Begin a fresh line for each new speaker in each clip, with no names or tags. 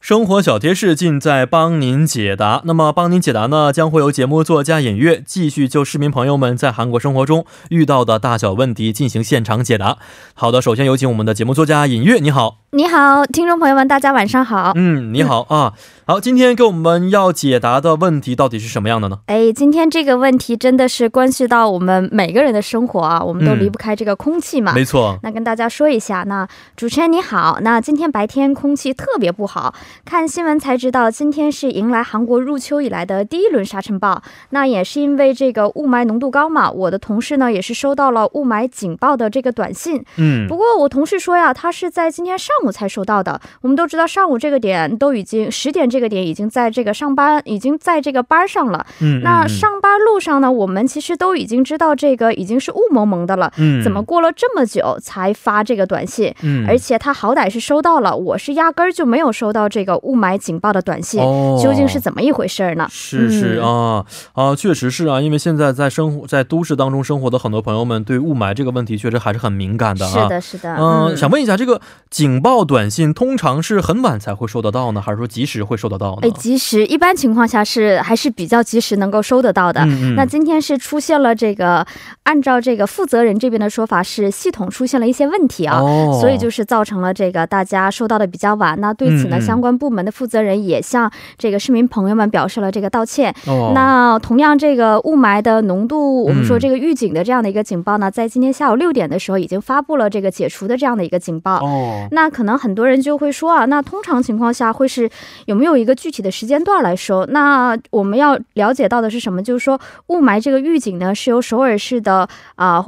生活小贴士尽在帮您解答。那么，帮您解答呢，将会由节目作家尹月继续就市民朋友们在韩国生活中遇到的大小问题进行现场解答。好的，首先有请我们的节目作家尹月，你好。
你好，听众朋友们，大家晚上好。
嗯，你好啊。好，今天给我们要解答的问题到底是什么样的呢？
哎，今天这个问题真的是关系到我们每个人的生活啊，我们都
嗯
离不开这个空气嘛。
没错，
那跟大家说一下，那主持人你好，那今天白天空气特别不好，看新闻才知道今天是迎来韩国入秋以来的第一轮沙尘暴。那也是因为这个雾霾浓度高嘛，我的同事呢也是收到了雾霾警报的这个短信，
嗯
不过我同事说呀，他是在今天上午才收到的。我们都知道，上午这个点都已经十点这个点已经在这个上班，已经在这个班上了。
嗯，
那
嗯
上班路上呢，我们其实都已经知道这个已经是雾蒙蒙的了。
嗯
怎么？过了这么久才发这个短信？
嗯，
而且他好歹是收到了，我是压根儿就没有收到这个雾霾警报的短信，
哦
究竟是怎么嗯一回事儿呢？
是是啊啊，确实是啊，因为现在在生活在都市当中生活的很多朋友们对雾霾这个问题确实还是很敏感的啊。
是的，是的，
嗯，想问一下，这个警报短信通常是很晚才会收得到呢，还是说及时会收得到呢？
哎，及时，一般情况下是还是比较及时能够收得到的。
嗯嗯
啊那今天是出现了这个，按照这个负责人这边的说法是系统出现了一些问题啊。
哦，
所以就是造成了这个大家收到的比较晚。那对此呢，
嗯嗯
相关部门的负责人也向这个市民朋友们表示了这个道歉。
哦
那同样，这个雾霾的浓度，我们说
嗯
这个预警的这样的一个警报呢，在今天下午六点的时候已经发布了这个解除的这样的一个警报。
哦，
那可能很多人就会说啊，那通常情况下会是有没有一个具体的时间段来收？那我们要了解到的是什么？就是说雾霾这个预警呢，是由首尔市的啊。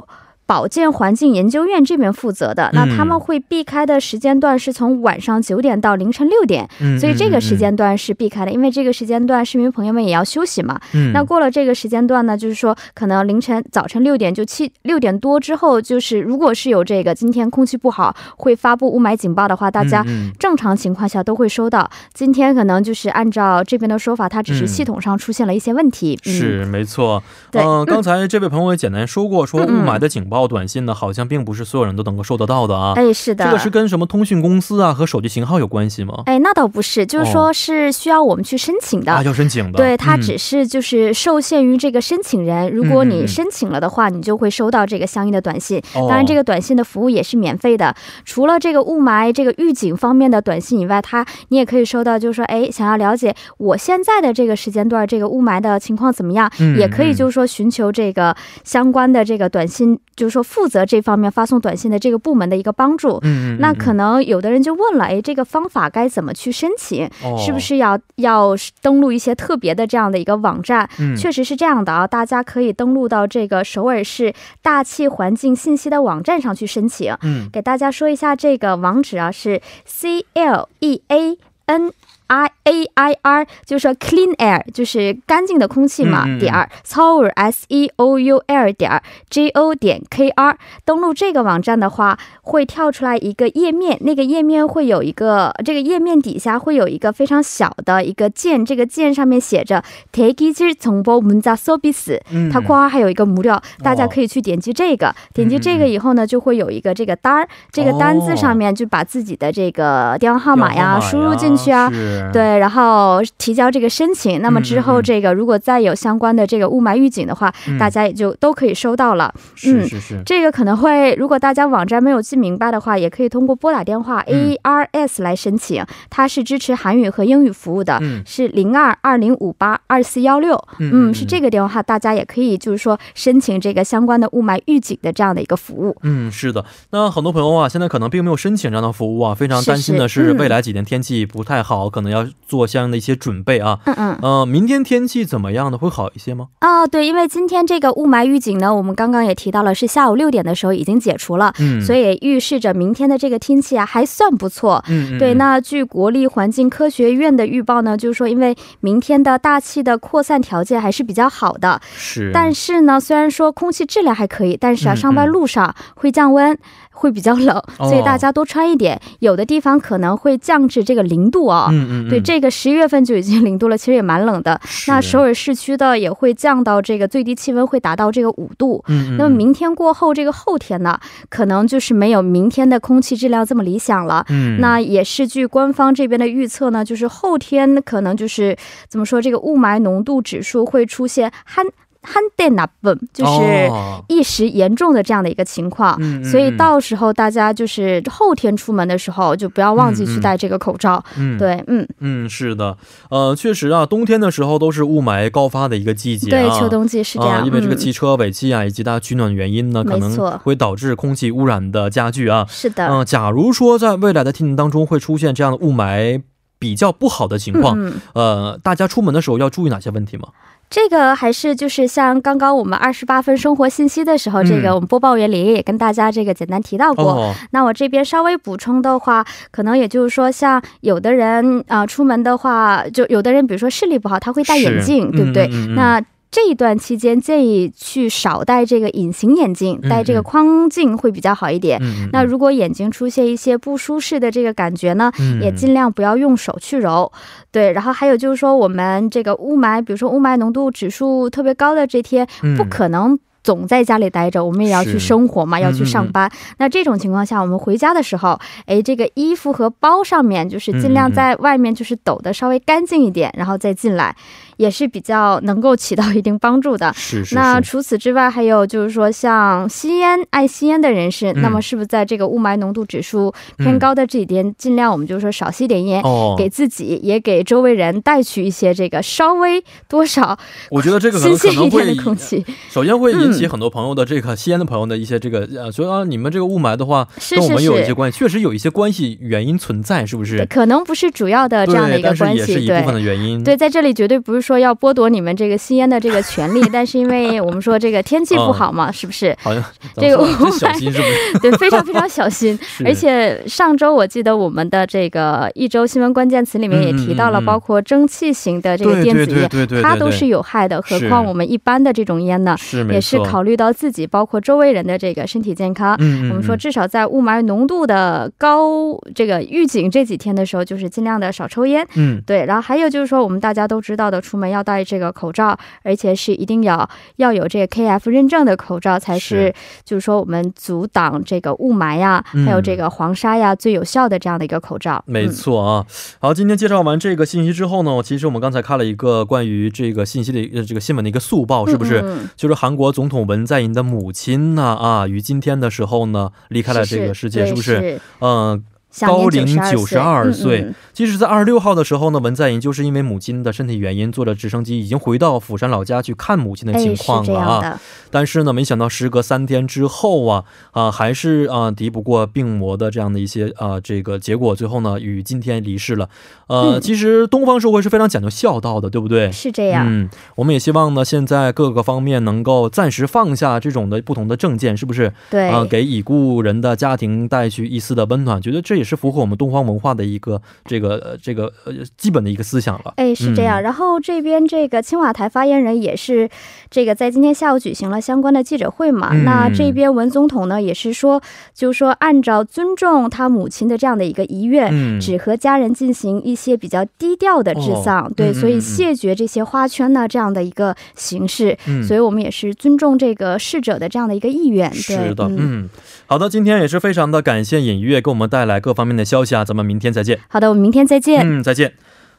保健环境研究院这边负责的，那他
嗯
们会避开的时间段是从晚上九点到凌晨六点，
嗯
所以这个时，间段是避开的，因为这个时间段市民朋友们也要休息嘛。
嗯嗯嗯
那过了这个时间段呢，就是说可能凌晨、早晨六点就七六点多之后，就是如果是有这个今天空气不好会发布雾霾警报的话，大家
嗯嗯
正常情况下都会收到。今天可能就是按照这边的说法，它只是
嗯
系统上出现了一些问题。嗯、
是没错，
对
嗯、刚才这位朋友也简单说过，说雾
嗯嗯
霾的警报短信呢，好像并不是所有人都能够收得到的啊。
哎，是的，
这个是跟什么通讯公司啊和手机型号有关系吗？
哎，那倒不是，就是
哦
说是需要我们去申请的。
啊，要申请的。
对，它
嗯
只是就是受限于这个申请人，如果
嗯嗯
你
嗯
申请了的话，你就会收到这个相应的短信。
哦
当然，这个短信的服务也是免费的。除了这个雾霾这个预警方面的短信以外，它你也可以收到，就是说，哎，想要了解我现在的这个时间段这个雾霾的情况怎么样，
嗯
也可以
嗯
就是说寻求这个相关的这个短信，就是说负责这方面发送短信的这个部门的一个帮助。
嗯，嗯
那
嗯
可能有的人就问了，哎，这个方法该怎么去申请？
哦
是不是要要登录一些特别的这样的一个网站？
嗯
确实是这样的啊，大家可以登录到这个首尔市大气环境信息的网站上去申请。
嗯
给大家说一下这个网址啊，是 c l e a n。I A I R 就是说 clean air，就是干净的空气嘛。
嗯嗯嗯
点儿 seoul s e o u l 点儿 g o 点 k r。登录这个网站的话，会跳出来一个页面，那个页面会有一个，这个页面底下会有一个非常小的一个键，这个键上面写着 대기질 정보 문자 서비스。
嗯
它括号还有一个母料，大家可以去点击这个，点击这个以后呢，就会有一个这个单儿，这个单子上面就把自己的这个电话号码呀输入进去啊。，
电话号码呀，
对，然后提交这个申请，那么之
嗯嗯
后
嗯
这个如果再有相关的这个雾霾预警的话，
是
大家也就都可以收到了。
嗯是
嗯
是是，
这个可能会，如果大家网站没有记明白的话，也可以通过拨打电话
嗯
ARS 来申请，它是支持韩语和英语服务的，
嗯
是零二二零五八二四幺六。嗯，是这
个。
个电话，大家也可以就是说申请这个相关的雾霾预警的这样的一个服务。
嗯，是的。那很多朋友啊，现在可能并没有申请这样的服务啊，非常
是
担心的
是
是
嗯
未来几天天气不太好，可能要做相应的一些准备啊。
嗯嗯
呃，明天天气怎么样呢？会好一些吗？
啊、对，因为今天这个雾霾预警呢，我们刚刚也提到了，是下午六点的时候已经解除了，
嗯，
所
以
以也预示着明天的这个天气啊还算不错。
嗯，嗯
对，
嗯
那据国立环境科学院的预报呢，就是说，因为明天的大气的扩散条件还是比较好的，
是，
但
是
是呢，虽然说空气质量还可以，但是啊，
嗯
上班
嗯哦
路上会降温， 会比较冷，所以大家多穿一点。有的地方可能会降至这个零度啊、
嗯嗯嗯，
对，这个十一月份就已经 零度了，其实也蛮冷的。那首
尔，
尔市区的也会降到这个最低气温会达到这个五度。
嗯嗯，
那么明天过后，这个后天呢，可能就是没有明天的空气质量这么理想了。
嗯，
那也是据官方这边的预测呢，就是后天可能就是怎么说，这个雾霾浓度指数会出现한한대나쁨，就是
哦
一时严重的这样的一个情况。
嗯嗯
所以到时候大家就是后天出门的时候，就不要忘记去戴这个口罩。
嗯，
对，嗯，
嗯，是的，呃，确实啊，冬天的时候都是雾�霾高发的一个季节、啊，
对，秋冬季是这样，
啊，因为这个
嗯
汽车尾气啊，以及它取暖原因呢，可
没
能
错
会导致空气污染的加剧啊。
是的，
嗯、假如说在未来的天气当中会出现这样的雾霾比较不好的情况，
嗯嗯
呃，大家出门的时候要注意哪些问题吗？
这个还是就是像刚刚我们二十八分生活信息的时候，这
嗯
个我们播报员李烨也跟大家这个简单提到过。
哦，
那我这边稍微补充的话，可能也就是说，像有的人啊、出门的话，就有的人比如说视力不好，他会戴眼
是
镜，对不对？
嗯嗯嗯嗯
那这一段期间建议去少戴这个隐形眼镜，
嗯
戴这
嗯
个框镜会比较好一点。
嗯，
那如果眼睛出现一些不舒适的这个感觉呢，
嗯
也尽量不要用手去揉。对，然后还有就是说，我们这个雾霾，比如说雾霾浓度指数特别高的这天，不
嗯
可能。总在家里待着，我们也要
是嗯
去生活嘛，要去上班。那这种情况下，我们回家的时候，哎，这个衣服和包上面就是
嗯
尽
嗯
量
嗯
在外面就是抖的稍微干净一点，然后再进来，也是比较能够起到一定帮助的。
嗯是是
那
是
除此之外，还有就是说，像吸烟、爱吸烟的人士、
嗯
那么是不是在这个雾霾浓度指数偏
嗯
高的这几天，尽量我们就是说少吸点烟、
哦，
给自己也给周围人带去一些这个稍微多少
我觉得这个可
新
能可能
鲜一点
会
的空气。嗯
首先会引起很多朋友的这个吸烟的朋友的一些这个呃，所以啊，你们这个雾霾的话，
是
跟我们
是
有一些
是
关系，确实有一些关系原因存在，是不是？
可能不是主要的这样的
对，
一个
但是
关
也是
系，
一部分
对。
的原因。
对，在这里绝对不是说要剥夺你们这个吸烟的这个 权利，但是因为我们说这个天气不
嗯
好嘛，是不是？
好像
这个
咱们说
雾
真小心是不是？
对，非常非常小心。
是
而且上周我记得我们的这个一周新闻关键词里面也提到
嗯
了，
嗯嗯
包括蒸汽型的这个电
对对
子
对
烟
对对对，
它都是有害的，
是
何况我们一般的这种烟呢？
是没
也是
错。
考虑到自己包括周围人的这个身体健康。
嗯，嗯
我们说，
嗯
至少在雾霾浓度的高这个预警这几天的时候，就是尽量的少抽烟。
嗯，
对，然后还有就是说，我们大家都知道的，出门要戴这个口罩，而且是一定要要有这个 KF 认证的口罩，才是
是
就是说我们阻挡这个雾霾呀，
嗯
还有这个黄沙呀最有效的这样的一个口罩。
没
嗯
错啊。好，今天介绍完这个信息之后呢，其实我们刚才看了一个关于这个信息的呃这个新闻的一个速报，是不是？
嗯嗯嗯
就是韩国总统文在寅的母亲呢啊，于今天的时候呢离开了这个世界，是
对
不是？
是
嗯，
享年
高龄92
92
岁
嗯嗯
其实，在二十六号的时候呢，文在寅就是因为母亲的身体原因，坐着直升机已经回到釜山老家去看母亲的
哎，
情
是
况
这
了
样
啊。
的，
但是呢，没想到时隔三天之后啊，啊，还是啊敌不过病魔的这样的一些啊这个结果，最后呢，与今天离世了。呃，
嗯
其实东方社会是非常讲究孝道的，对不对？
是这样。
嗯，我们也希望呢，现在各个方面能够暂时放下这种的不同的政见，是不是？
对，
啊、给已故人的家庭带去一丝的温暖，觉得这也是符合我们东方文化的一个这个呃这个呃基本的一个思想了。
哎，是这样。
嗯
然后这边这个青瓦台发言人也是，这个在今天下午举行了相关的记者会嘛。
嗯
那这边文总统呢也是说，就是说按照尊重他母亲的这样的一个遗愿。
嗯，
只和家人进行一些比较低调的治丧，
哦
对、
嗯嗯
所
嗯
以
嗯
谢绝这些花圈呢这样的一个形式、
嗯
所以我们也是尊重这个逝者的这样的一个意愿。对，
是的，嗯，好的，今天也是非常的感谢尹月给我们带来各方面的消息啊，咱们明天再见。
好的，我们明天再见。
嗯，再见。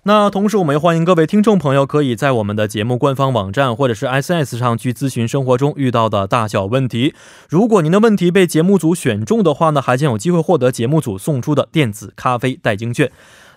那同时，我们也欢迎各位听众朋友可以在我们的节目官方网站或者是 SNS 上去咨询生活中遇到的大小问题。如果您的问题被节目组选中的话呢，还将有机会获得节目组送出的电子咖啡代金券。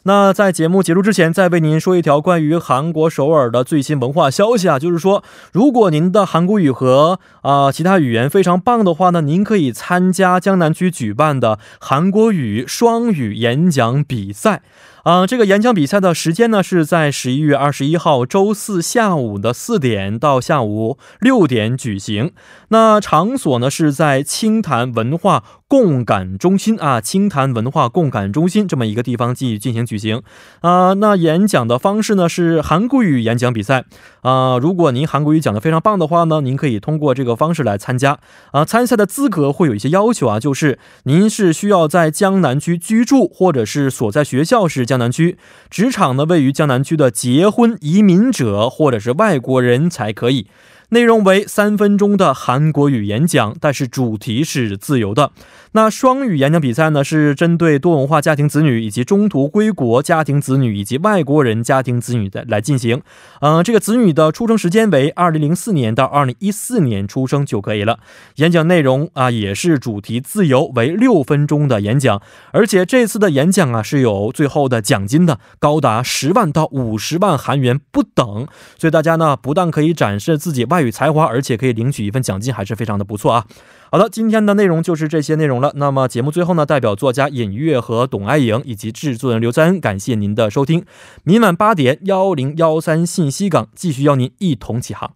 那在节目结束之前，再为您说一条关于韩国首尔的最新文化消息啊，就是说，如果您的韩国语和啊、其他语言非常棒的话呢，您可以参加江南区举办的韩国语双语演讲比赛。啊、这个演讲比赛的时间呢是在十一月二十一号周四下午的四点到下午六点举行。那场所呢是在清潭文化共感中心啊，清潭文化共感中心这么一个地方继续进行举行。啊、那演讲的方式呢是韩国语演讲比赛啊、如果您韩国语讲的非常棒的话呢，您可以通过这个方式来参加啊、参赛的资格会有一些要求啊，就是您是需要在江南区居住，或者是所在学校是。江南区，职场呢位于江南区的结婚移民者或者是外国人才可以。内容为三分钟的韩国语演讲，但是主题是自由的。那双语演讲比赛呢，是针对多文化家庭子女以及中途归国家庭子女以及外国人家庭子女的来进行。嗯、这个子女的出生时间为二零零四年到二零一四年出生就可以了。演讲内容啊也是主题自由，为六分钟的演讲，而且这次的演讲啊是有最后的奖金的，高达十万到五十万韩元不等。所以大家呢，不但可以展示自己外语才华，而且可以领取一份奖金，还是非常的不错啊。好了，今天的内容就是这些内容了。那么节目最后呢，代表作家尹月和董爱颖以及制作人刘在恩，感谢您的收听。明晚八点幺零幺三信息港继续邀您一同起航。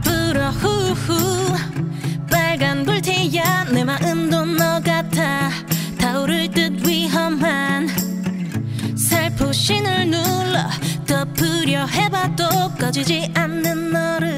불어 후후 빨간 불티야 내 마음도 너 같아 타오를 듯 위험한 살포신을 눌러 덮으려 해봐도 꺼지지 않는 너를